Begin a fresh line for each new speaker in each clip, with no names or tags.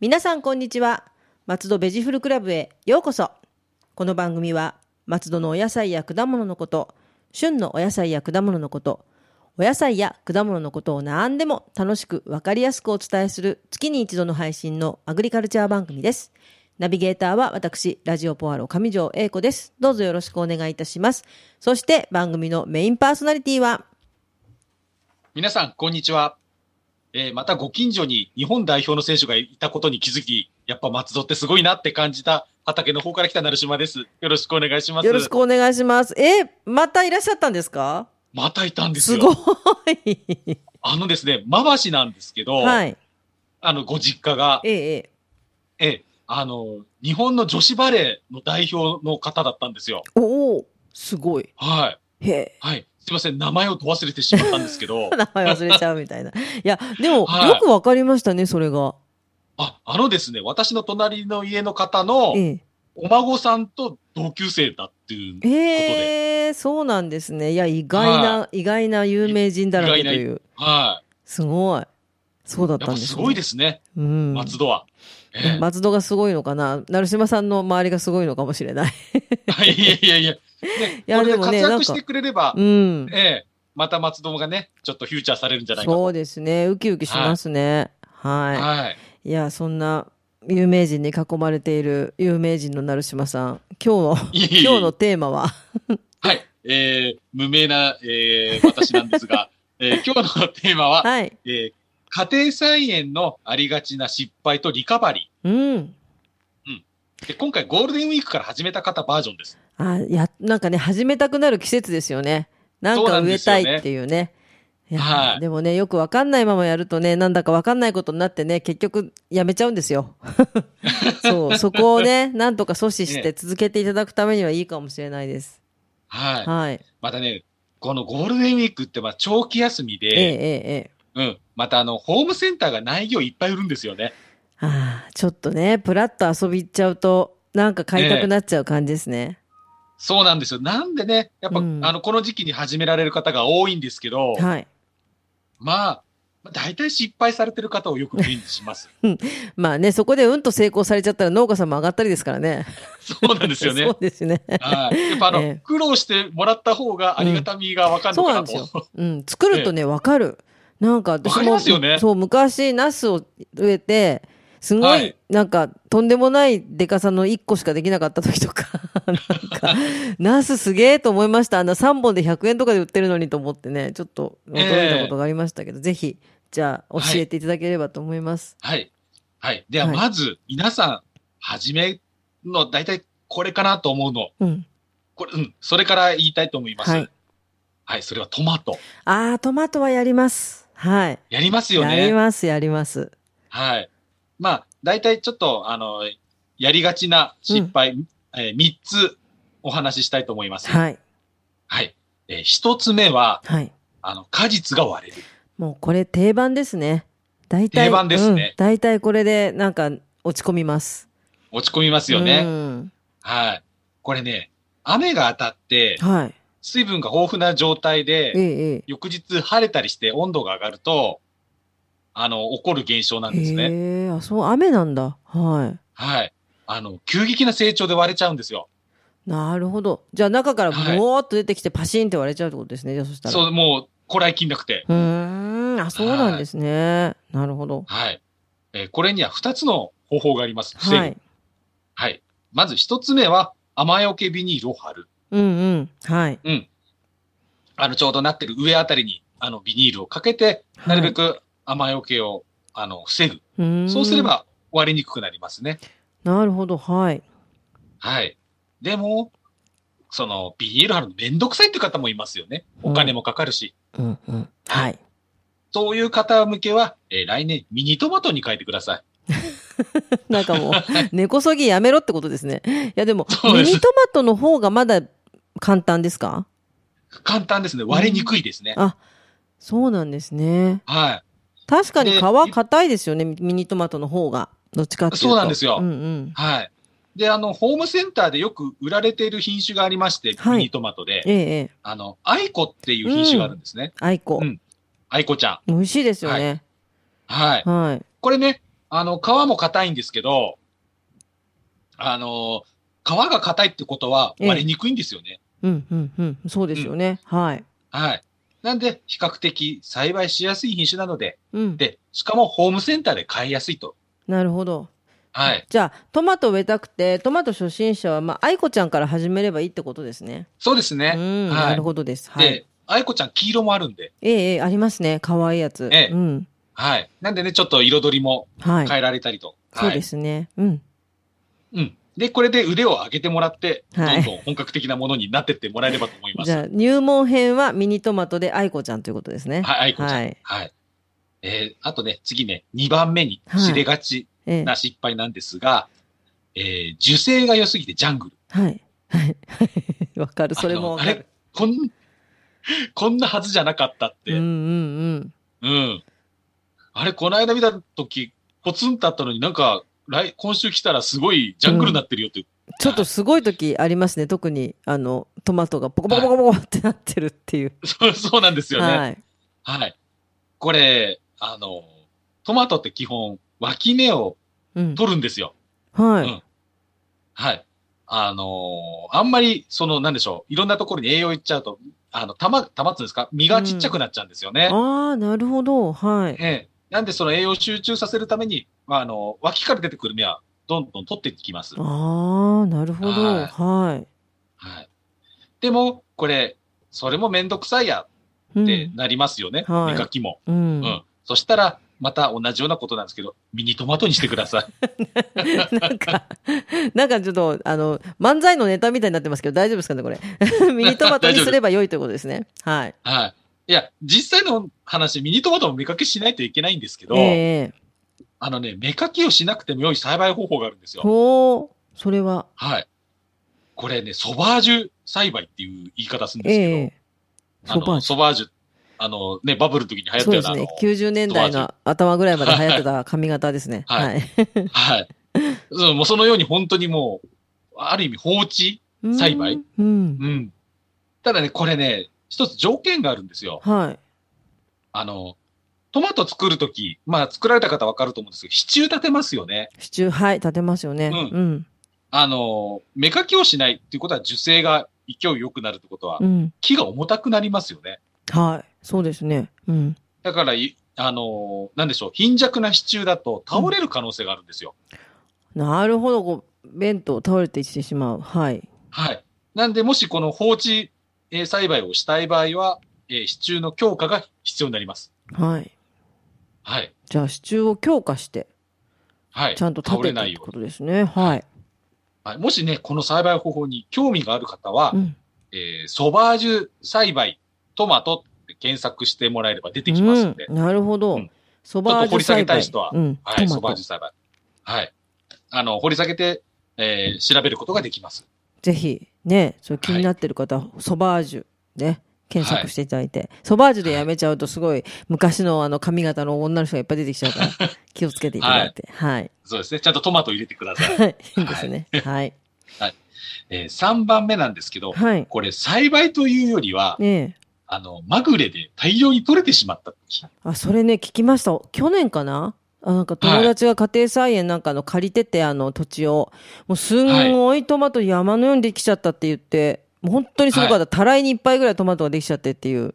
皆さんこんにちは松戸ベジフルクラブへようこそこの番組は松戸のお野菜や果物のこと旬のお野菜や果物のことお野菜や果物のことを何でも楽しく分かりやすくお伝えする月に一度の配信のアグリカルチャー番組ですナビゲーターは私、ラジオポアロ上条英子です。どうぞよろしくお願いいたします。そして番組のメインパーソナリティは、
皆さん、こんにちは。えーまたご近所に日本代表の選手がいたことに気づき、やっぱ松戸ってすごいなって感じた畑の方から来た成島です。よろしくお願いします。
よろしくお願いします。え、またいらっしゃったんですか
またいたんです
す
よ。
ご い。
あのですね、まわしなんですけど、
はい。
あの、ご実家が、
ええ、ええ。
えーあの、日本の女子バレーの代表の方だったんですよ。
おお、すごい。
はい。
へえ。、
はい。すいません、名前を問忘れてしまったんですけ ど
名前忘れちゃうみたいな。いや、でも、
はい
よくわかりましたね、それが。
あ、あのですね、私の隣の家の方の
ええ。
お孫さんと同級生だっていう
ええ、そうなんですね。いや、意外な、意外な有名人だらけという。
は
すごい。そうだっ
い。や
た
っ
ん
ぱ
ですす。
ごいですすね、
うん。
松戸は。え え
松戸がすごいのかな成島さんの周りがすごいのかもしれない。
はいいやいやいや。ね、
いや
こ
で
れで
も
活
ねなんか
躍してくれれば、
うん。
ええまた松戸がね、ちょっとフューチャーされるんじゃないかと。
そうですね。ウキウキしますね。はい。
はい。
い、や、そんな有名人に囲まれている有名人の成島さん。今 日の、
いえいえいえ
今日のテーマは、
はい。えー無名な、えー私なんですが、 えー今日のテーマは、
はい。
えー家庭菜園のありがちな失敗とリカバリ
うん。
ー。で今回ゴールデンウィークから始めた方バージョンです。
あ、や、なんかね、始めたくなる季節ですよね。なん
そう
か
なん
植え
です
た
よね
いっていうね。いや、
はい
でもね、よくわかんないままやるとね、なんだかわかんないことになってね、結局やめちゃうんです よ。そう、そこをね、なんとか阻止し
え
て続けていただくためにはいいかもしれないです。
はい。
はい。
またね、このゴールデンウィークってまあ長期休み
ええ、え
で、
え、ええ。
うん。またあの、ホームセンターが苗木をいっぱい売るんですよね。
ああ、ちょっとね、プラッと遊び行っちゃうと、なんか買いたくなっちゃう感じですね。
そうなんですよ。なんでね、やっぱ、
うん
あの、この時期に始められる方が多いんですけど、
はい。
まあ、大体失敗されてる方をよく目にします。
まあね、そこでうんと成功されちゃったら農家さんも上がったりですからね。
そうなんです よ
そ
ね
う。ですね。
はい。やっぱあの、
ええ
苦労してもらった方がありがたみがわかる
そ
の
う
か
な
なん
です
と。
よ。うん、作るとね、わかる。なんか私
わかり
も、
ますよね
そう、昔、ナスを植えて、すごい、
はい
なんか、とんでもないデカさの1個しかできなかった時とか、 なんか、ナスすげえと思いました。あんな3本で100円とかで売ってるのにと思ってね、ちょっと驚いたことがありましたけど、ぜひ、じゃあ、教えていただければと思います。
はい。はい。では、
はい
まず、皆さん、始めの、大体これかなと思うの。
うん。
これ、うん。それから言いたいと思います。
は
はいい。それはトマト。
あー、トマトはやります。はい。
やりますよ
やり
ね。
ます、やります。
はい。まあ、大体ちょっと、あの、やりがちな失敗、えー、3つお話ししたいと思います。はい。
はい。
えー、1つ目は、
はい。
あの、果実が割れる。
もうこれ定番ですね。大体。
定番ですね
うん大体これでなんか落ち込みます。
落ち込みますよ
う
ね。
ん
はい。これね、雨が当たって、
はい。
水分が豊富な状態
え
で、
え、え
翌日晴れたりして温度が上がると、あの、起こる現象なん
え。
ですね。
へえ、あ、そう、雨なんだ。は
はい。あの、急激な成長で割れちゃうんですよ。
い。なるほど。じゃあ中からブ
はい
ワーっと出てきてパシンって割れちゃうってことですね。じゃあそしたら。う。
そう、もう、こらえきんなくて。
うーん。あ、そうなんですね。なるほど。
はい。えーこれには2つの方法があります。防ぐ
はい。
はい。まず一つ目は、雨よけビニールを貼る。
うんうん。はい。
あの、ちょうどなってる上あたりに、あの、ビニールをかけて、なるべく雨よけを、あの、防ぐ。
うーん
そうすれ。ば割れにくくなりますね。
なるほど。はい。
はい。でも、その、ビニール貼るのめんどくさいっていう方もいますよね。お金もかかるし。
うんうん。はい。
そういう方向けは、えー来年ミニトマトに変えてください。
なんかもう、 根こそぎやめろってことですね。いやでも、
そう
ミ
です
ニトマトの方がまだ簡単ですか
簡単ですね。割れにくいですね。
あ、そうなんですね。
はい。
確かに
で
皮硬いですよね、ミミニトマトの方が。どっちかっていうと。
そうなんですよ
うんうん。
はい。で、あの、ホームセンターでよく売られている品種がありまして、
はい
ミニトマトで、
ええええ、
あの、アイコっていう品種があるんですね。
アイコ。
うん愛子ちゃん。
美味しいですよね。
はい。
はい。
これね、あの、皮も硬いんですけど、あの、皮が硬いってことは
ええ
割れにくいんですよね。
うんうんうん。そうですよね。はい。
はい。なんで、比較的栽培しやすい品種なので、
うん。
で、しかもホームセンターで買いやすいと。
なるほど。
はい。
じゃあ、トマト植えたくて、トマト初心者は、まあ、愛子ちゃんから始めればいいってことですね。
そうです
う
ね。
ん。
は
ないる。ほどです。はい。
で、愛子ちゃん黄色もあるんで、
ええええ、ありますね。可愛いやつ。
ええ
うん。
はい。なんでね、ちょっと彩りも
はい。
変えられたりと。
そう
は
で
い。
すね。うん。
うん。で、これで腕を上げてもらって、ど
はい
んどん本格的なものになってってもらえればと思いま
じ
す。
ゃあ、入門編はミニトマトで愛子ちゃんということですね。
はい、愛子ちゃん。
は
はいい。えー、あとね、次ね、2番目に
はい
知れがち
ええ
な失敗なんですが、えー、樹勢が良すぎてジャングル。
はい。はい。はいわ かる。それもわ
あ
か
のあ
る
れ。こん、 こんなはずじゃなかったって。
うんう
うん。
ん
あれ、この間見た時、ポツンとあったのになんか、来、今週来たらすごいジャングルになってるよって。
うん。ちょっとすごい時ありますね。特に、あの、トマトがポコポコポコポコってなってるっていう。
そう、そうなんですよね。
はい。
はい。これ、あの、トマトって基本、脇芽を
うん。
取るんですよ。
は
う
い
ん。はい。あのーあんまり、その、なんでしょう、いろんなところに栄養いっちゃうと、あの、たま、たまつんですか実がちっちゃくなっちゃうんですよね。
ああ、なるほど。はい。
ええ。なんで、その栄養を集中させるために、まああの、脇から出てくる芽は、どんどん取っていきます。は
ああ、なるほど。
はい。
はい
でも、これ、それもめんどくさいや
い。う
って
ん。
なりますよね。
うんはい
芽かきも。
う。
うんん。そしたら、また同じようなことなんですけど、ミニトマトにしてください。
なんか、なんかちょっと、あの、漫才のネタみたいになってますけど、大丈夫ですかね、 これ。ミニトマトにすれば良いということですね。はい。
はい。いや、実際の話、ミニトマトも芽かきしないといけないんですけど、
ええ
あのね、芽かきをしなくても良い栽培方法があるんですよ。
ほう、それは。
はい。これね、ソバージュ栽培っていう言い方するんですけど、
ええ
あ
ソバー
の
ジ
ソバージュ、あのね、バブルの時に流行っ
そう
た
で
ような、
す
あ
ね
の。
90年代の頭ぐらい まで流行ってた髪型ですね。
はい
はい。
はい。そうもうそのように本当にもう、ある意味放置 栽培
うん。
うん。ただね、これね、一つ条件があるんですよ。
はい。
あの、トマト作るとき、まあ作られた方わかると思うんですけど、支柱立てますよね。
支柱、はい、立てますよね。
う
うん。
あの、芽かきをしないっていうことは、樹勢が勢い良くなるってことは
う、ん。
木が重たくなりますよね。
はい。そうですね。うん。
だから、いあの、なんでしょう、貧弱な支柱だと倒れる可能性があるんですよ。
なるほど、こう、弁当倒れていってしまう。はい。
はい。なんで、もしこの放置、えー栽培をしたい場合は、えー支柱の強化が必要になります。
はい。
はい。
じゃあ、支柱を強化して、
はい。
ちゃんと立
倒
て
れ
て
な
っ
い
て
よ
こ
う
とですね。はい。
に。はい、もしね、この栽培方法に興味がある方は、
うん。
えーソバージュ栽培、トマトって検索してもらえれば出てきますんで
う。んなるほ
う
ど
ん。
そば味栽培。
ちょっと掘り下げたい人は
うん。
はい、
ト
そば
マ
味
ト。
栽培。はい。あの、掘り下げて、えー調べることができます。
ぜひ、ね、それ気になってる方、ソバージュ、ね、検索していただいて、ソバージュでやめちゃうとすごい、昔のあの髪型の女の人がいっぱい出てきちゃう から、気をつけていただいて。はい。
そうですね。ちゃんとトマト入れてください。
はい。いいですね。はい。
えー3番目なんですけど、
はい。
これ栽培というよりは、
ねえ。
あの、まぐれで大量に取れてしまった時。
あ、それね、聞きました。去年かなあなんか友達が家庭菜園なんかの借りてて、あの土地を。もうすんごいトマト山のようにできちゃったって言って、もう本当にすごかった。たらいにいっぱいぐらいトマトができちゃってっていう。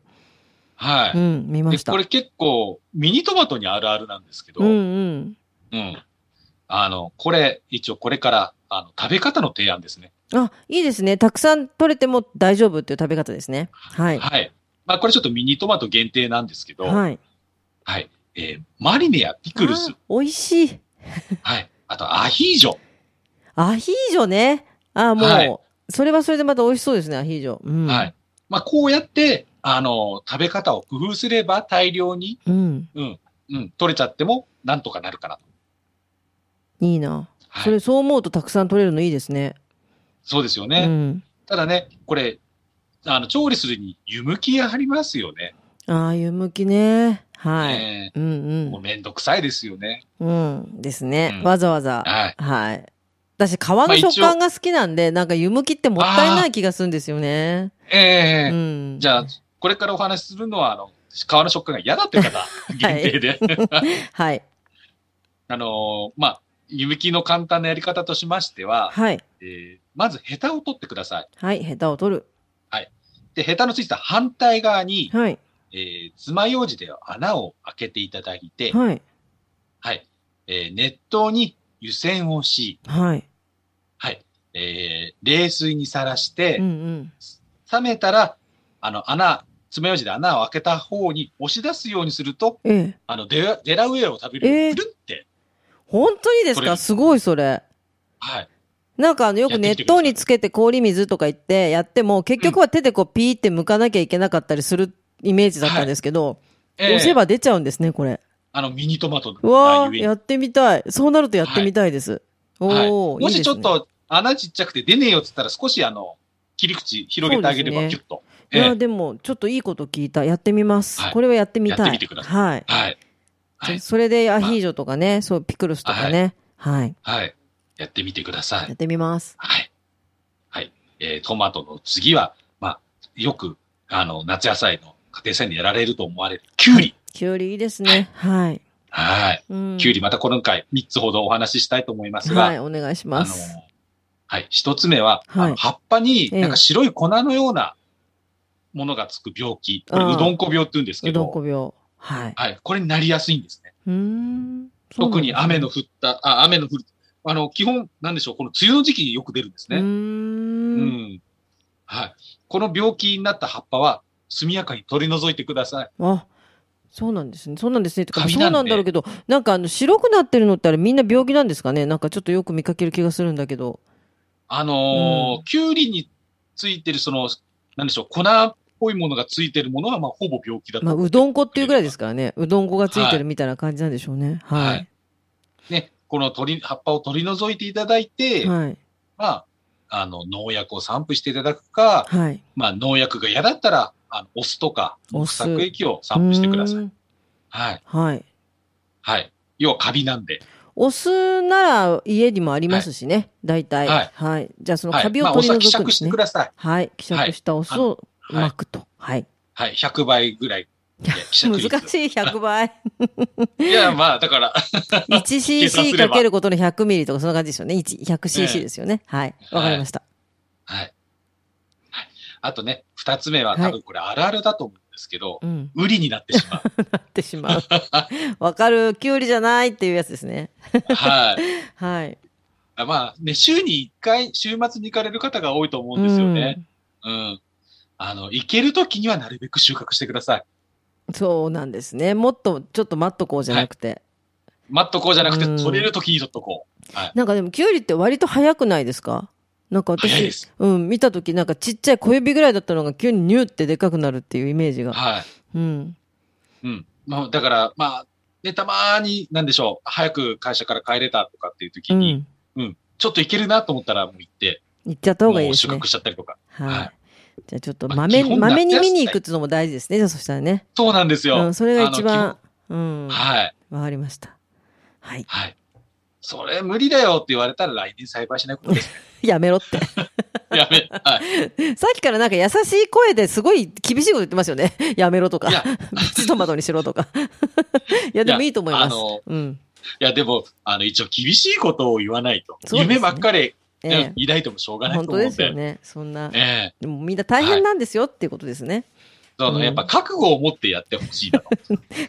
は
う
い。
ん、見ま
で
した。
これ結構、ミニトマトにあるあるなんですけど、
う
うんん。
うん。
あの、これ、一応これから、あの、食べ方の提案ですね。
あ、いいですね。たくさん取れても大丈夫っていう食べ方ですね。はい。
はい。まあ、これちょっとミニトマト限定なんですけど、はい。
はい。
えーマリネやピクルス
あ、美味しい。
はい。あと、アヒージョ。
アヒージョね。あ、もう、
はい
それはそれでまた美味しそうですね、アヒージョ。うん。
はい。。まあ、こうやって、あの、食べ方を工夫すれば大量に、
うん。
うん、うん、取れちゃっても、なんとかなるかなと。
いいな。
はい。
それ、そう思うとたくさん取れるのいいですね。
そうですよ
う
ね。
ん。
ただね、これ、あの、調理するに湯むきがありますよね。
ああ、湯むきね。はい。
え
う
ー
ん
もうめんどくさいですよね。
うん。うん。ですね
う。ん
わざわざ。
はい。
はい。私、皮の食感が好きなんで、なんか湯むきってもったいない気がするんですよね。
ええ
うん。
じゃあ、これからお話しするのは、あの、皮の食感が嫌だという方、限定で。
はい。
あのーまあ、湯むきの簡単なやり方としましては、
はい。
えーまずヘタを取ってください。
はい。ヘタを取る。
で、ヘタのついた反対側に、
はい。
えー爪楊枝で穴を開けていただいて、
はい。
はい。えー熱湯に湯煎をし、
はい。
はい。えー冷水にさらして、
うんうん。
冷めたら、あの、穴、爪楊枝で穴を開けた方に押し出すようにすると、
ええ。
あの、デラデラウェアを食べる
え
よ
ー
うに、くるって、
本当にです
こ
か
れ
すごいそれ。
はい。
なんかあの、よく
や
熱
ってみてください
湯につけて氷水とか言ってやっても、結局は手でこうピーって剥かなきゃいけなかったりするイメージだったんですけど、押せば出ちゃうんですね、これ。
あの、ミニトマト
うわ
が
ー
ゆえに
やってみたい。そうなるとやってみたいです。
はい、
おー、いいで
も
す
し
ね
ちょっと穴ちっちゃくて出ねえよって言ったら少しあの、切り口広げてあげれば
そうで
キ
す
ュ
ね
ッと。
い
え
や、
え
でも、ちょっといいこと聞いた。やってみます。
はい
これはやってみたい。
やってみてくださ
はい。
はい。はい
じゃ。それでアヒージョとかね、そう、ピクルスとかね。はい。
はい。やってみてくださ
やっ
い。
てみます。
はい。はい。えートマトの次は、まあ、よく、あの、夏野菜の家庭菜園でやられると思われる、きゅうり。
きゅうりいいですね。はい。
はい。
うん
きゅうりまたこの回3つほどお話ししたいと思いますが、
はい、お願いし
あ
ま
の
す。、
はい。一つ目は、
はい
あの葉っぱに
ええ
なんか白い粉のようなものがつく病気、これ
あー
うどんこ病って言うんですけ
うどん
ど、
こ病。はい。
はい。これになりやすいんですね。
うーん。そうな
特
んですね
に雨の降った、あ、雨の降る。あの、基本、なんでしょう、この梅雨の時期によく出るんです
うー。
ね。うんん。はい。この病気になった葉っぱは、速やかに取り除いてください。
あ、そうなんですね。そうなんですね。てか、
カビ
そ
なん
う
で
なんだろうけど、なんかあの、白くなってるのってあれみんな病気なんですかねなんかちょっとよく見かける気がするんだけど。
あのー
うん
キュウリについてる、その、なんでしょう、粉っぽいものがついてるものは、まあ、ほぼ病気だと。
まあ、うどんこっていうぐらいですからね。 うどんこがついてるみたいな感じなんでしょうね。
は
はい
い。ね、この取り、葉っぱを取り除いていただいて、
はい。
まあ、あの、農薬を散布していただくか、
はい。
まあ、農薬が嫌だったら、あのお酢とか、
お
木
酢
作液を散布してくださ
うー
い。
ん
はい。
はい。
はい。要はカビなんで。
お酢なら家にもありますしね。大体。
はい
はい。じゃあその
は
カ
い。
ビ
ま
を
あ、お
取
酢
り
は希
除くんで
釈し
す
て
ね
く。ださい。
はい。希釈したお酢を
はい
巻くと。はい。
はい。100倍ぐらい。いや希釈
難
率
しい、100倍。
いや、まあ、だから、計算
1cc
すれ
か
ば
けることの100ミリとかそんな感じですよね。
え
100cc
え
ですよね。はい。わかりました。
はい。はい。あとね、二つ目は
はい
多分これあるあるだと思うんですけど、
うん。
無理になってしまう。
なってしまう。わかる。きゅうりじゃないっていうやつですね。
はい。
はい。
あまあ、ね、週に一回、週末に行かれる方が多いと思うんですよね。うん。あの、行ける時にはなるべく収穫してください。
うん。そうなんですね。もっとちょっと待っとこうじゃなくて。
待っとこうじゃなくて
うん、
取れる時に取っとこう。
なんかでもきゅうりって割と早くないですかなんか
早いで
私、
す。
うん、見たときなんかちっちゃい小指ぐらいだったのが急にニューってでかくなるっていうイメージが。
はい。
うん。
うん。まあ、だから、まあ、ね、たまーに、なんでしょう、早く会社から帰れたとかっていう時
う
に、
ん。
ちょっと行けるなと思ったら、もう行って、
行っちゃった方がいい
も
で
う収
すね
穫。しちゃったりとか。
は。
はい
じゃあちょっと
まあ
豆、
基本
豆に
夏野
見
菜
に行くっていうのも大事ですね。じゃあそしたらね。
そうなんですよ。
うん、それが一番、うん
あの。基本はい。
わかりました。はい。
はい。それ無理だよって言われたら来年栽培しないことです。
やめろって。
やめ。はい。
さっきからなんか優しい声ですごい厳しいこと言ってますよね。やめろとか
いや、
プチトマトにしろ とか。いや、でもいいと思い
あ
ます。
の、
うん。
いや、でも、あの、一応厳しいことを言わないと。
そうですね
夢ばっかり、
え
ね
え
抱いてもしょうがない
本
と
当
思う
で
ん
す
で。
よね。そんな、
ええ
でもみんな大変なんですよっていうことですね。
その
うん
やっぱ覚悟を持ってやってほしいなと。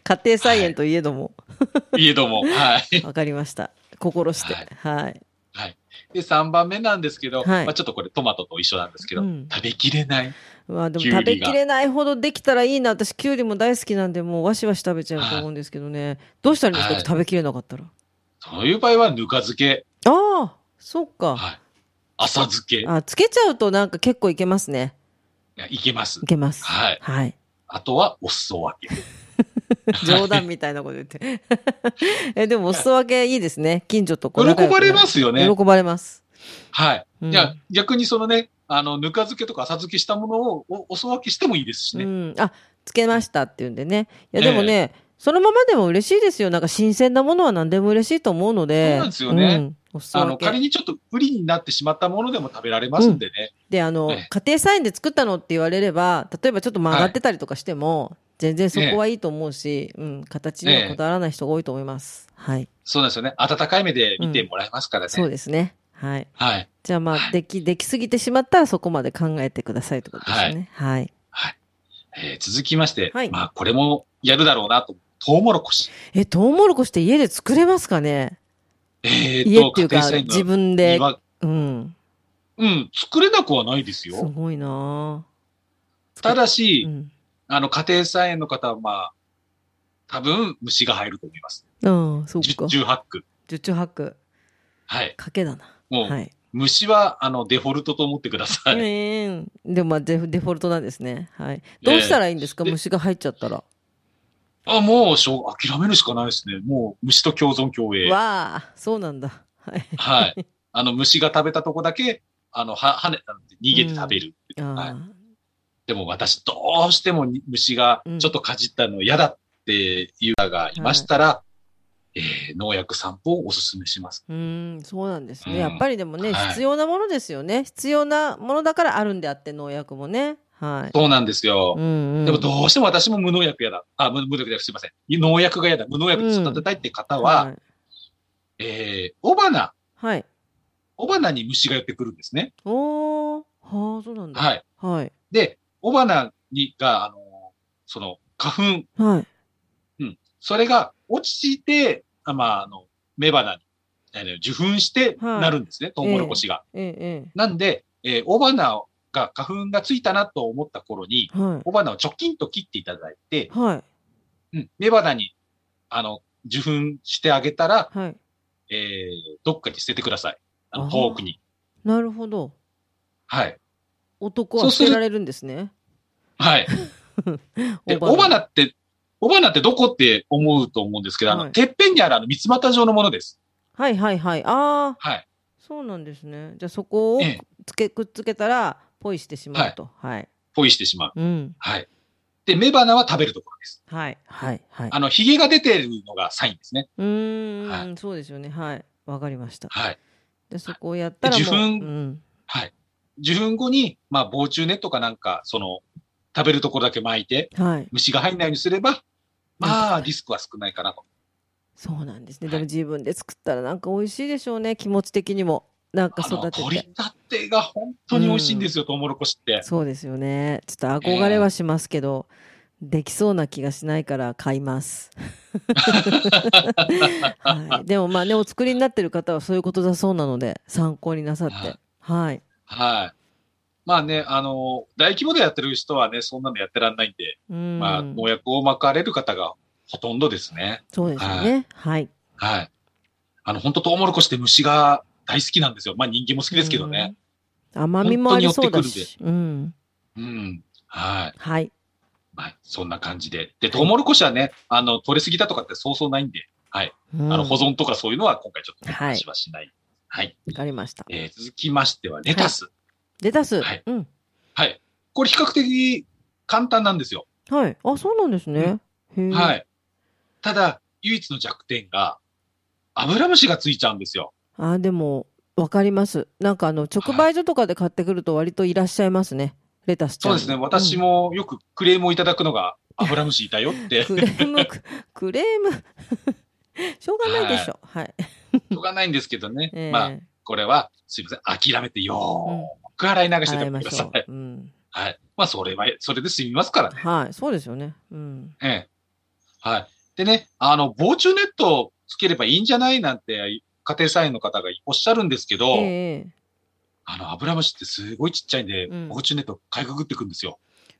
家庭菜園といえども、
いえども。はい。
わかりました。心して。
はい
はい。
で、3番目なんですけど、
はい
まあちょっとこれトマトと一緒なんですけど、
うん
食べきれない。
うわでも
きゅうりが
食べきれないほどできたらいいな。私、きゅうりも大好きなんで、もうわしわし食べちゃうと思うんですけどね。どうしたらいいんです
は
か
い
食べきれなかったら。
そういう場合は、ぬか漬け。
ああ、そっか。
はい。浅漬け。い
あ、つけちゃうとなんか結構いけますね。
やいけます
い。けます。
はい
はい。
あとは、お裾分け。
冗談みたいなこと言って。 え、でもお裾分けいいですね。近所とこ
喜
う仲良くな
ば
る
れますよね。
喜ばれます。
はい。
うん
いや、逆にそのね、あの、ぬか漬けとか浅漬けしたものをおお裾分けしてもいいですし
う
ね。
ん、あつけましたっていうんでねいや
え
で
え
もね、そのままでも嬉しいですよなんか新鮮なものは何でも嬉しいと思うので
そうなんですよね
うんお裾
あ
分
の、
け
仮にちょっと不利になってしまったものでも食べられますんでね。
であの、
ええ
家庭菜園で作ったのって言われれば例えばちょっと曲がってたりとかしても、全然そこはいいと思うし、うん、形にはこだわらない人が多いと思います。はい。
そうなんですよね。温かい目で見てもらえますからね。
そうですね。はい。
はい。
じゃあま
は
あ、でき、できすぎてしまったらそこまで考えてくださいってことですね。はい。
はい。えー続きまして、
はい
まあ、これもやるだろうなと。トウモロコシ。
え、トウモロコシって家で作れますかね
えー
家っていう
家庭
か、
菜園の
自分で。
庭
うん。
うん、作れなくはないです
す
よ。
ごいなぁ
ただし、
うん。
あの、家庭菜園の方は、まあ、多分、虫が入ると思います。
うん、そう
十
か。
中八九。
十中八九。
はい。
賭けだな。
もう、
はい。
虫は、あの、デフォルトと思ってください。
えーでもまあデフデフォルトなんですね。はい。どうしたらいいんですか、
で
虫が入っちゃったら。
あ、もう、しょう、諦めるしかないですね。もう、虫と共存共栄。
わあ、そうなんだ。はい。
はい。あの、虫が食べたとこだけ、あの、は、はね、あの逃げて食べる。
あー
はいでも私、どうしてもに虫が
うん
ちょっとかじったの嫌だっていう方がいましたら、えー農薬散歩をおすすめします。
うーん、そうなんです
う
ね。
ん
やっぱりでもね、
はい
必要なものですよね。必要なものだからあるんであって、農薬もね。はい。
そうなんですよ。
んうん
でもどうしても私も無農薬やだ。あ、無無農薬だ。すいません。農薬が嫌だ。無農薬で育てたいって方は、
はい。
えー、雄花、
はい、
雄花に虫が寄ってくるんですね。
おー、はあ、そうなんだ。。
はいい。
はい。
で、雄花にが、あのーその、花粉、
はい。
それが落ちて、あまあ、あの、雌花に、あの受粉して
はい
なるんですね、トウモロコシが。
ええ、え
なんで、えー、雄花が花粉がついたなと思った頃に、
え。はい。
雄花をチョキンと切っていただいて、
はい。
うん、雌花に、あの、受粉してあげたら、
はい。
えー、どっかに捨ててください。あ
あー
の、遠くに。
なるほど。
はい。
男
そう
は
する
捨てられるんですね。
はい。で、雄
おば
花
な
って、雄花ってどこって思うと思うんですけど、あの、
はい
てっぺんにあるあの、三つ股状のものです。
はいはいはい。ああ、
はい。
そうなんですね。じゃあそこを
ええ
つけ、くっつけたら、ポイしてしまうと。はい。
ポイしてしまう。
うん。
はい。で、雌花は食べるところです。
はい。はい。はい。
あの、髭が出てるのがサインですね。
うー
は
ん、そうですよね。はい。わかりました。
はい。
で、そこをやったらもう。
受粉
うん。
はい。受粉後に、まあ、防虫ネットかなんか、その、食べるところだけ巻いて、
はい。
虫が入らないようにすれば、まあ、リスクは少ないかなと。
そうなんですね。
はい
でも自分で作ったらなんか美味しいでしょうね。気持ち的にも。なんか
あの、
育て
取
て。
り立てが本当に美味しいんですよ、トウモロコシって。
そうですよね。ちょっと憧れはしますけど、できそうな気がしないから買います。 はい、でもまあね、お作りになってる方はそういうことだそうなので、参考になさって。
はい
はい。
はい。まあね、あの、大規模でやってる人はね、そんなのやってらんないんで、
うん。
まあ、農薬を巻かれる方がほとんどですね。
そうですよね。はい。
はい。あの、本当トウモロコシって虫が大好きなんですよ。まあ、人間も好きですけどね。
うん。甘みもありそうだ
本当に寄って
し。うん。
うん。はい。
はい。
まあ、そんな感じで。で、トウモロコシはね、あの、取れすぎたとかってそうそうないんで、
うん
あの、保存とかそういうのは今回ちょっと
はい
話はしない。はい。
わかりました。
えー続きましては、レタス。
レタス。
はい
うん。
はい。これ比較的簡単なんですよ。
はい。あ、そうなんですね。へえ
は。い。ただ、唯一の弱点が、アブラムシがついちゃうんですよ。
あ、でも、わかります。なんかあの、直売所とかで買ってくると割といらっしゃいますね。レタスちゃ
そ
ん
うですね。私。もよくクレームをいただくのが、アブラムシいたよっ
う
て
ん、クレーム、くクレーム。 しょうがないでしょ。はい。
しょうがないんですけど ね。
ええ
まあ、これは、すいません。諦めてよーく洗い流して
洗
て
いま
くだ
し
さ
ょ
い。
う。うん。
はい。まあ、それは、それで済みますからね。
はい。そうですよね。うん。
ええ。はい。でね、あの、防虫ネットをつければいいんじゃないなんて、家庭菜園の方がおっしゃるんですけど、
ええ
あの、アブラムシってすごいちっちゃいんで、
うん
防虫ネットかいくぐってくんですよ。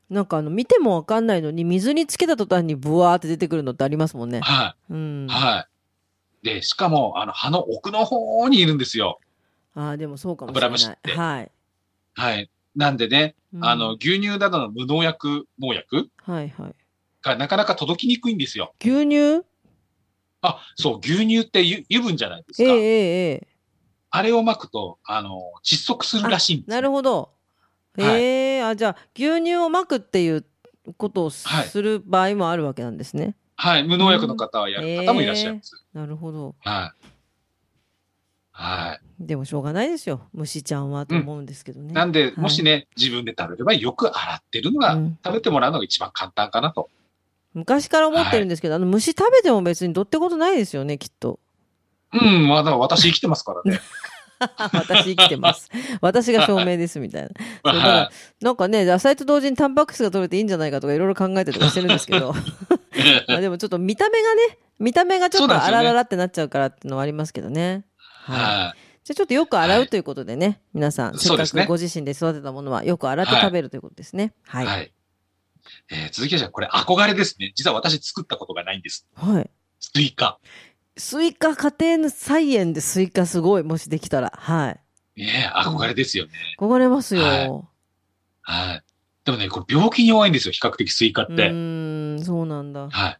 なんかあの、見てもわかんないのに、水につけた途端にブワーって出てくるのってありますもんね。
は
うん
い。。はい。で、しかも、あの、葉の奥の方にいるんですよ。
ああ、でもそうかもし
油
れ
虫っ
な
て
い。はい。
はい。なんでね、
うん
あの、、牛乳などの無農薬、農薬
はいはい。
がなかなか届きにくいんですよ。
牛乳
あ、そう、牛乳って油油分じゃないです
ええ
か。
ええええ
あれをまくと、あの、窒息するらしいんですよ
なるほど。
はい
ええあ、じゃあ、牛乳をまくっていうことをす
はい
する場合もあるわけなんですね。
はい。無農薬の方はやる方もいらっしゃいます。
なるほど。
はい。は
でもしょうがないですよ。虫ちゃんはと思うんですけどね。
い。なんで、
い
もしね、自分で食べればよく洗ってるのが、
うん
食べてもらうのが一番簡単かなと。
昔から思ってるんですけど、あの虫食べても別にどってことないですよね、きっ と。
うん、まあだから私生きてますから ね。
私生きてます。私が証明ですみたいな。そうだから
は
なんかね、野菜と同時にタンパク質が取れていいんじゃないかとかいろいろ考えてとかしてるんですけ ど、
いえ
まあでもちょっと見た目がね、見た目がちょっ
そう
と
なんで
あ
すよ
ら
ね
ららってなっちゃうからってのはありますけどね。
えは
じゃあちょっとよく洗
は
う
い
ということでね、皆さん、せ
そ
っ
うで
か
すね。
くご自身で育てたものはよく洗って食べるということですね。はいい。はい。
はい。えー続きましては、これ憧れですね。実は私作ったことがないんです。スイカ。
スイカ、家庭菜園でスイカすごい、もしできたら。はい。
ねえ、憧れですよね。
憧れますよ。
はいうはい。でもね、これ病気に弱いんですよ、比較的スイカって。
ーん、そうなんだ。
はい。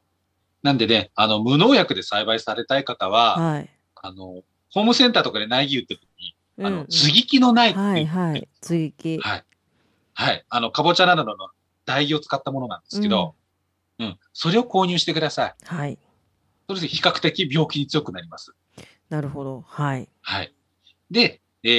なんでね、あの、無農薬で栽培されたい方は、
はい。
あの、ホームセンターとかで苗木売ってる時に、あ
うんう
の、
ん
接ぎ木の苗っていう、
はいはい。追記。
はい。はい。あの、かぼちゃなどの代木を使ったものなんですけど、うん、それを購入してください。
はい。
それで比較的病気に強くなります。
なるほど。はい。
はい。で、え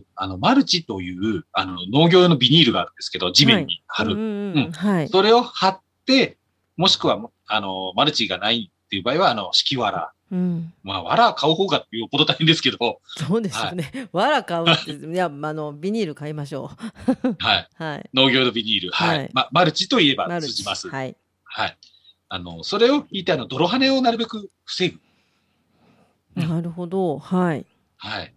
ー、あの、マルチという、あの、農業用のビニールがあるんですけど、地面に貼る。
うんうん
う
うんん。はい。
それを貼って、もしくは、あの、マルチがないっていう場合は、あの、敷きわら。
うん。
まあ、わら買う方がよっぽど大変ですけど、
そうですよね。わら買うって、いや、まああの、ビニール買いましょ
はい。
う。はい。
農業用のビニール。はい。
はい
ま、マルチといえば
なる
通じます。はい。
はい。
あの、それを引いて、あの、泥跳ねをなるべく防ぐ。うん
なるほど。はい。
はい。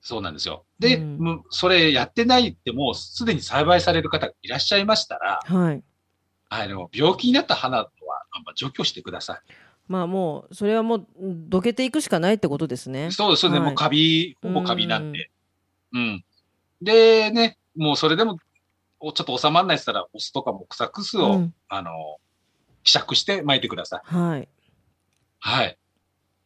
そうなんですよ。で、
うん
むそれやってないってもうすでに栽培される方がいらっしゃいましたら、
はい。
あの、病気になった花は、あんま除去してくださ
まあもう、それはもう、どけていくしかないってことですね
い。。そうですね、
はい
もうカビ、ほぼカビなんで。うん。で、ね、もうそれでも、おちょっと収まらないって言ったら、お酢とか木砂くすを、
ん。
あの、希釈して巻いてください。
はい。
はい。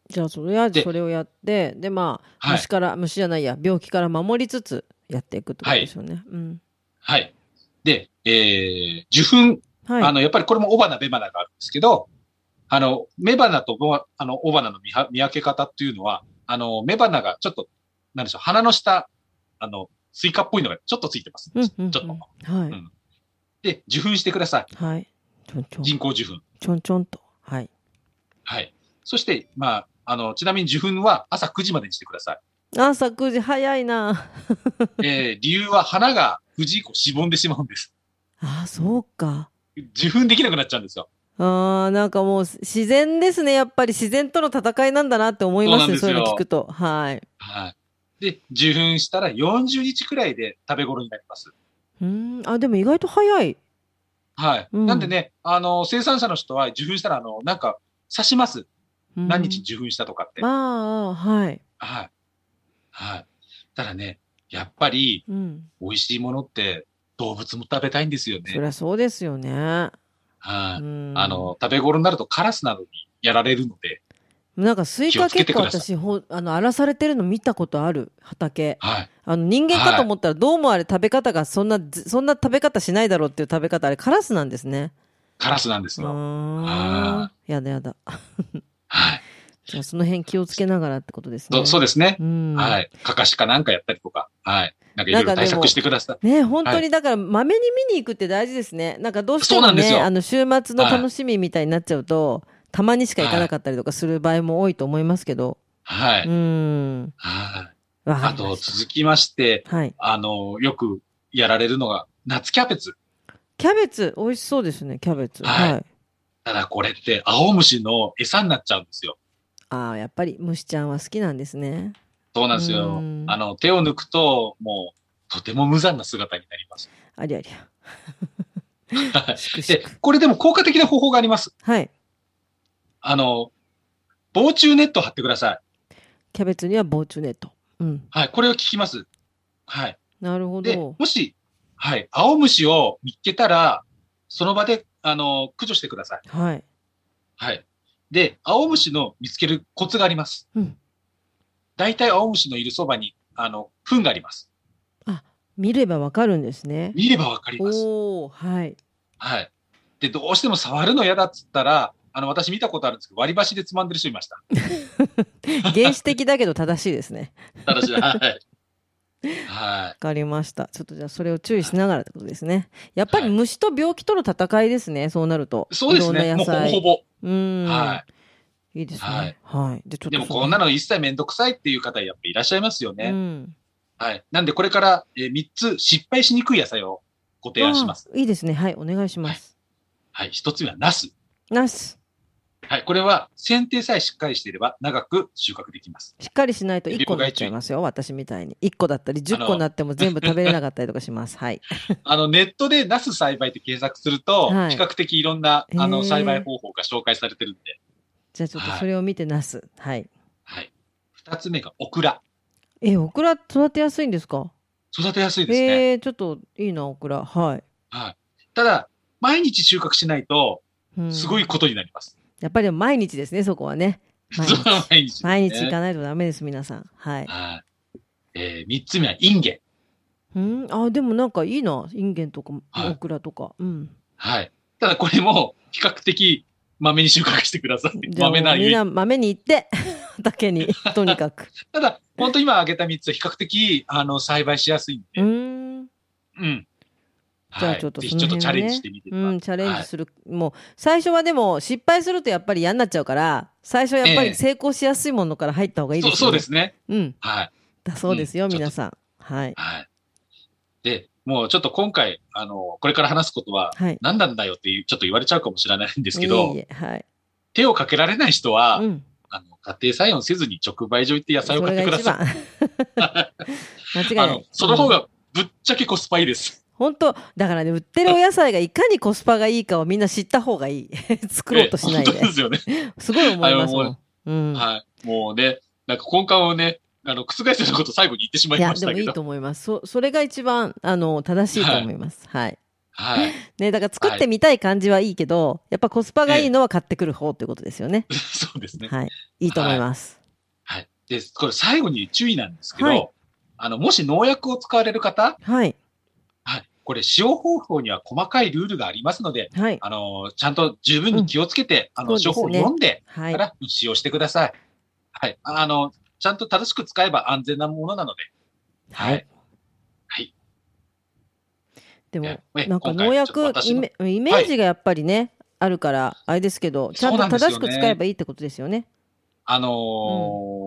じゃあ、それは、
で
それをやって、で、まあ、
はい
虫から、虫じゃないや、病気から守りつつ、やっていくってことですよね。うん。
はい。で、えー、受粉
はい。
あの、やっぱりこれも雄花、雌花があるんですけど、あの、雌花と雄あの雄花の見は見分け方っていうのは、あの、雌花がちょっと、なんでしょう、鼻の下、あの、スイカっぽいのがちょっとついてます。
うんうんうん
ちょっと。
は
うん
い。
で、受粉してください。
はい。ちょんちょん。
人工受粉。
ちょんちょんと。はい。
はい。そして、まあ、あの、ちなみに受粉は朝9時までにしてください。
朝9時早いな。
えー、理由は花が9時以降しぼんでしまうんです。
ああ、そうか。
受粉できなくなっちゃうんですよ。
ああ、なんかもう自然ですね。やっぱり自然との戦いなんだなって思いますね。
そ
そうう
なん
いう
ですよ
の聞くと。はい。
はい。で、受粉したら40日くらいで食べ頃になります。
うーん。あ、でも意外と早い。
はい。
うん
なんでね、あの、生産者の人は受粉したら、あの、なんか、刺します。
うん
何日受粉したとかって。
まあ、はい。
はい。はい。ただね、やっぱり、
うん。
美味しいものって、動物も食べたいんですよ
そり
ね。
ゃそうですよね。
はい。
うん
あの、食べ頃になるとカラスなどにやられるので、
なんかスイ
気を
カ
つけ
結
て
構
ください
私ほあの荒らされてるの見たことある畑
はい。
あの人間かと思ったらどうもあれ食べ方がそんなずそんな食べ方しないだろうっていう食べ方あれカラスなんですね
カラスなんです
う
よ。
ーん
は
やだやだ
はい。
じゃあその辺気をつけながらってことですね
そそうですね。
うん
はい。カカシかなんかやったりとか、はい。なんかいろい
な
ろ
んかで
対
も
策してください。
ね本当にだから、まめに見に行くって大事ですね。なんかどうして
そうな
も
んです
ね、
よ
あの、週末の楽しみみたいになっちゃうと、たまにしか行かなかったりとかする場合も多いと思いますけど。
は
う
い。
ーん。
はい。
わかり
あ
ま
と、
した
続きまして、
はい。
あの、よくやられるのが、夏キャベツ。
キャベツ、美味しそうですね、キャベツ。
はい
はい。
ただこれって、青虫の餌になっちゃうんですよ。
ああ、やっぱり虫ちゃんは好きなんですね。
そうなんですよ
うん。
あの、手を抜くと、もう、とても無残な姿になります。
ありゃりゃ。しくし
で
く、
これでも効果的な方法があります。
はい。
あの、防虫ネットを貼ってください。
キャベツには防虫ネット。うん。
はい、これを聞きます。はい。
なるほ
で、
ど
も。し、はい、青虫を見つけたら、その場で、あの、駆除してください。
はい。
はい。で、青虫の見つけるコツがあります。
うん。
大体青虫のいるそばに、あの、糞があります。
見ればわかるんですね。
見ればわかります。
おー、はい。
はい。で、どうしても触るの嫌だっつったら、あの、私見たことあるんですけど、割り箸でつまんでる人いました。
原始的だけど正しいですね。
ただし、はい。はい。
かりました。ちょっとじゃあそれを注意しながらってことですね。やっぱり虫と病気との戦いですね、そうなると。
そうです
いろ
ね。
んな野
もうほぼ
菜。
ほぼ。
うーん。。
はい
いです
は
ね
い。
はい。で、ちょっと。
でもこんなの一切めんどくさいっていう方やっぱいらっしゃいますよね。
うん。
はい。なんでこれから、えー3つ失敗しにくい野菜をご提案します。
あーいいですね。はい、お願いします。
はい。1つ目はナス。
ナス。
はい。これは剪定さえしっかりしていれば長く収穫で きます。
しっかりしないと1個になっちゃいますよ、私みたいに。1個だったり、10個になっても全部食べれなかったりとかします。 はい。
あの、ネットでナス栽培って検索すると、
はい
比較的いろんな、あ
へー
の、栽培方法が紹介されてるんで。
じゃあちょっとそれを見てナス。はい。
はい。2つ目がオクラ。
え、オクラ育てやすいんですか
育てやすいですね。
えー、ちょっといいな、オクラ。はい。
はい。ただ、毎日収穫しないと、
うん
すごいことになります。
やっぱりでも毎日ですね、そこはね。毎
そう
日。
毎日、
毎日行かないとダメです、皆さん。はい。
はい。えー、三つ目はインゲン。
うん、あ、でもなんかいいな。インゲンとか、
はい
オクラとか。うん。
はい。ただこれも、比較的、豆に収穫してください。
じゃあも
豆な
うみん
り。
な豆に行って、 畑に、とにか く。
ただ、本当今挙げた三つは比較的、あの、栽培しやすいん
う
で。
ん。
うん。
じゃあ
はい。
ちょっと
ぜ
そ
ひ
の
ちょっ
辺ね
とチャレンジしてみてくださ
う
い
ん、チャレン
は
ジ
い
する。もう、最初はでも、失敗するとやっぱり嫌になっちゃうから、最初はやっぱ
え
り
え
成功しやすいものから入った方がいいです
そ
よ、
う
ね。
そうで。すね。
うん。
はい。
だそうですよ、
うん
皆さん。はい。
はい。で、もうちょっと今回、あの、これから話すことは、
はい。
何なんだよっていう、ちょっと言われちゃうかもしれないんですけ
い
ど
え、いえはい。
手をかけられない人は、
うん。
あの、家庭採用せずに直売所行って野
そ
菜を買っ
れ
てく
が
だ
一
さい
番。。 間違いな
あの
い。、
その方
うん。
がぶっちゃけコスパいいです。
本当だからね、売ってるお野菜がいかにコスパがいいかをみんな知った方がいい。 作ろうとしない
ええ本
で
当で。すよね。
すごい思いますも
あ
ん。うん。
はい。もうね、なんか根幹をね、あの、覆すようなことを最後に言ってしま
い
い
や、
まし
で
た
も
け
いい
ど。
と思います。そ、それが一番、あの、正しいと思います。はい
はい。
ね、だから作ってみたい感じはいいけど、やっぱコスパがいいのは買ってくる方ってことですよね。
そうですね。
はい。いいと思います。
はい。で、これ最後に注意なんですけど、
はい
あの、もし農薬を使われる方、
はい。
はい。これ使用方法には細かいルールがありますので、
はい。
あの、ちゃんと十分に気をつけて、あの、
そう
処
ですね
方を読んで
は
か
い。
ら使用してください。はい。あの、ちゃんと正しく使えば安全なものなので、は
はい
い。はい。
でも
え、え
なんか
今回
農
ちょ
薬
っと、私
イ
の
メイメージがやっぱりね、あるから、あれですけど、ちゃんと正しく使えばいいってことですよね。
あの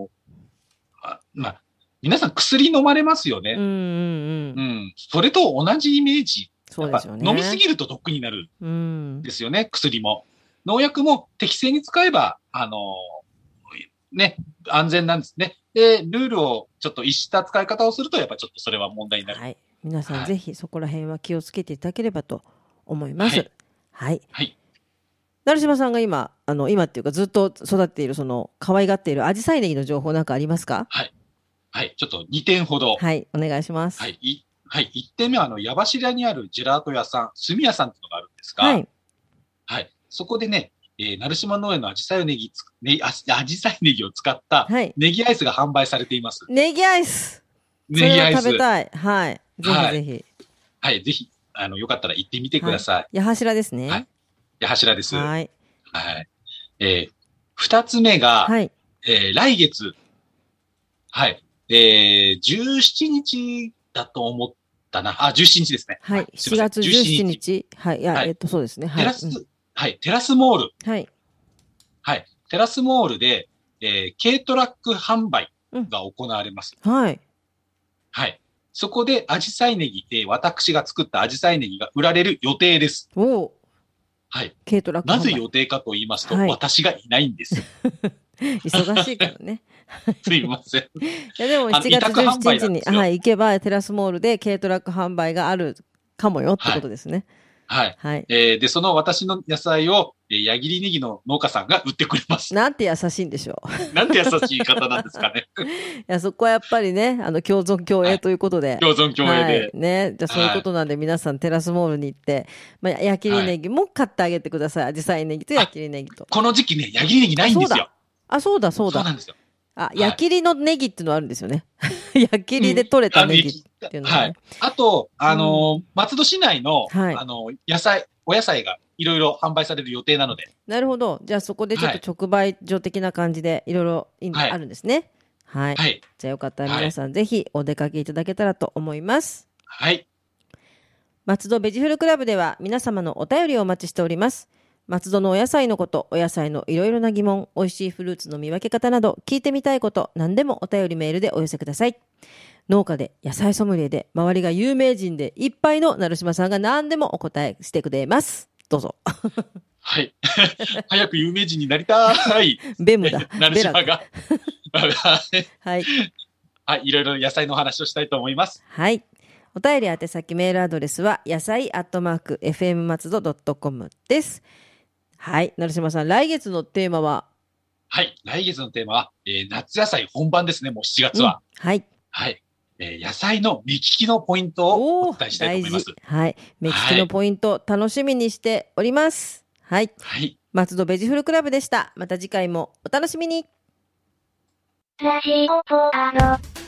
ーあまあ、皆さん薬飲まれますよ
うん
ね
う。ん
う
うん。
ん。それと同じイメージ。
そうですよね。
やっぱ飲みすぎると毒になる
うん
んで。すよね、薬も。農薬も適正に使えば、あのーね、安全なんですね。で、ルールをちょっと逸した使い方をすると、やっぱちょっとそれは問題になる。
はい。皆さ
は
ん
い
ぜひそこら辺は気をつけていただければと思いま
は
す
い。
はい。
はい。
成島さんが今、あの、今っていうかずっと育っている、その、可愛がっているアジサイネギの情報なんかありますか
はい。ちょっと2点ほど。
はい、お願いします。
はい。いはい。1点目は、あの、矢柱にあるジェラート屋さん、炭屋さんっていうのがあるんですが、
はい。
はい。そこでね、えー、鳴島農園のアジサイネギつ、ね、あアジサイネギを使った
はい。
ネギアイスが販売されています。
ネギアイス。
ネギアイ
それは食
ス
べ。たい。はい。ぜ
は
ひ
い
ぜひ。
はい。ぜひ、あの、よかったら行ってみてください。
矢柱ですね。
はいで柱です。は
はい。
い。えー二つ目が、
はい。
えー来月、はい。えー、17日だと思ったな。あ、17日ですね。
はい。
すい
7
ま
月
せ
17。
ん
日。はい。いや、
はい
えっと、そうですね。は
テ
い。
ラス、
うん
はい。テラスモール。
はい。
はい。テラスモールで、えー軽トラック販売が行われます。
はい。
はい。そこで、アジサイネギ、えー私が作ったアジサイネギが売られる予定です。
おお。
はい。
軽トラック販
な
売。
ぜ予定かと言いますと、
はい
私がいないんです。
忙しいからね。
すいません。
いや、でも
あの
7
委
月
託販売
17
な
日
ん
に
で、すよ
はい、行けば、テラスモールで軽トラック販売があるかもよってことですね。
はい。
はい。
えーで、その私の野菜を、えー、矢切ネギの農家さんが売ってくれ ます。
なんて優しいんでしょう。
なんて優しい方なんですかね。
いや、そこはやっぱりね、あの、共存共栄ということで。
共存共栄で。
はい、ね。じゃあそういうことなんで、皆さんテラスモールに行って、まあ、やきりネギも買ってあげてください。アジサイネギとやきりネギと。
この時期ね、矢切ネギないんですよ。
あ、そうだ、そう
な
だ。
んですよ。
あ、
い
やきりのネギっていうのはあるんですよね。 やきりで取れたネギ。ていうのはね
はい。あと、あのー松戸市内の、
はい
あのー野菜、お野菜がいろいろ販売される予定なので、
なるほど。じゃあそこでちょっと直売所的な感じで、いろいろい
はい
あるんですね。はい。
はい。
じゃあよかったら
はい
皆さんぜひお出かけいただけたらと思います。
はい。
松戸ベジフルクラブでは皆様のお便りをお待ちしております。松戸のお野菜のこと、お野菜のいろいろな疑問、美味しいフルーツの見分け方など、聞いてみたいこと、何でもお便りメールでお寄せください。農家で、野菜ソムリエで、周りが有名人でいっぱいの成島さんが何でもお答えしてくれます。ど うぞ。
はい。 早く有名人になりたい。。
ベムだ
なる
ベ
し
ラ
ま
だ。
が。
はい。
はい。いろいろ野菜のお話をしたいと思います。
はい。お便り宛先メールアドレスは、野菜アットマーク、fm 松戸 .com です。はい。成島さん、来月のテーマは、
はい。来月のテーマは、えー夏野菜本番ですね。もう7月は。
うんはい。
はい。えー野菜の見利きのポイントを
お
お
ー
伝えしたいと思います。
はい。目利きのポイント、楽しみにしております。はい。
はい。
松戸ベジフルクラブでした。また次回もお楽しみに。
ラジオポアド。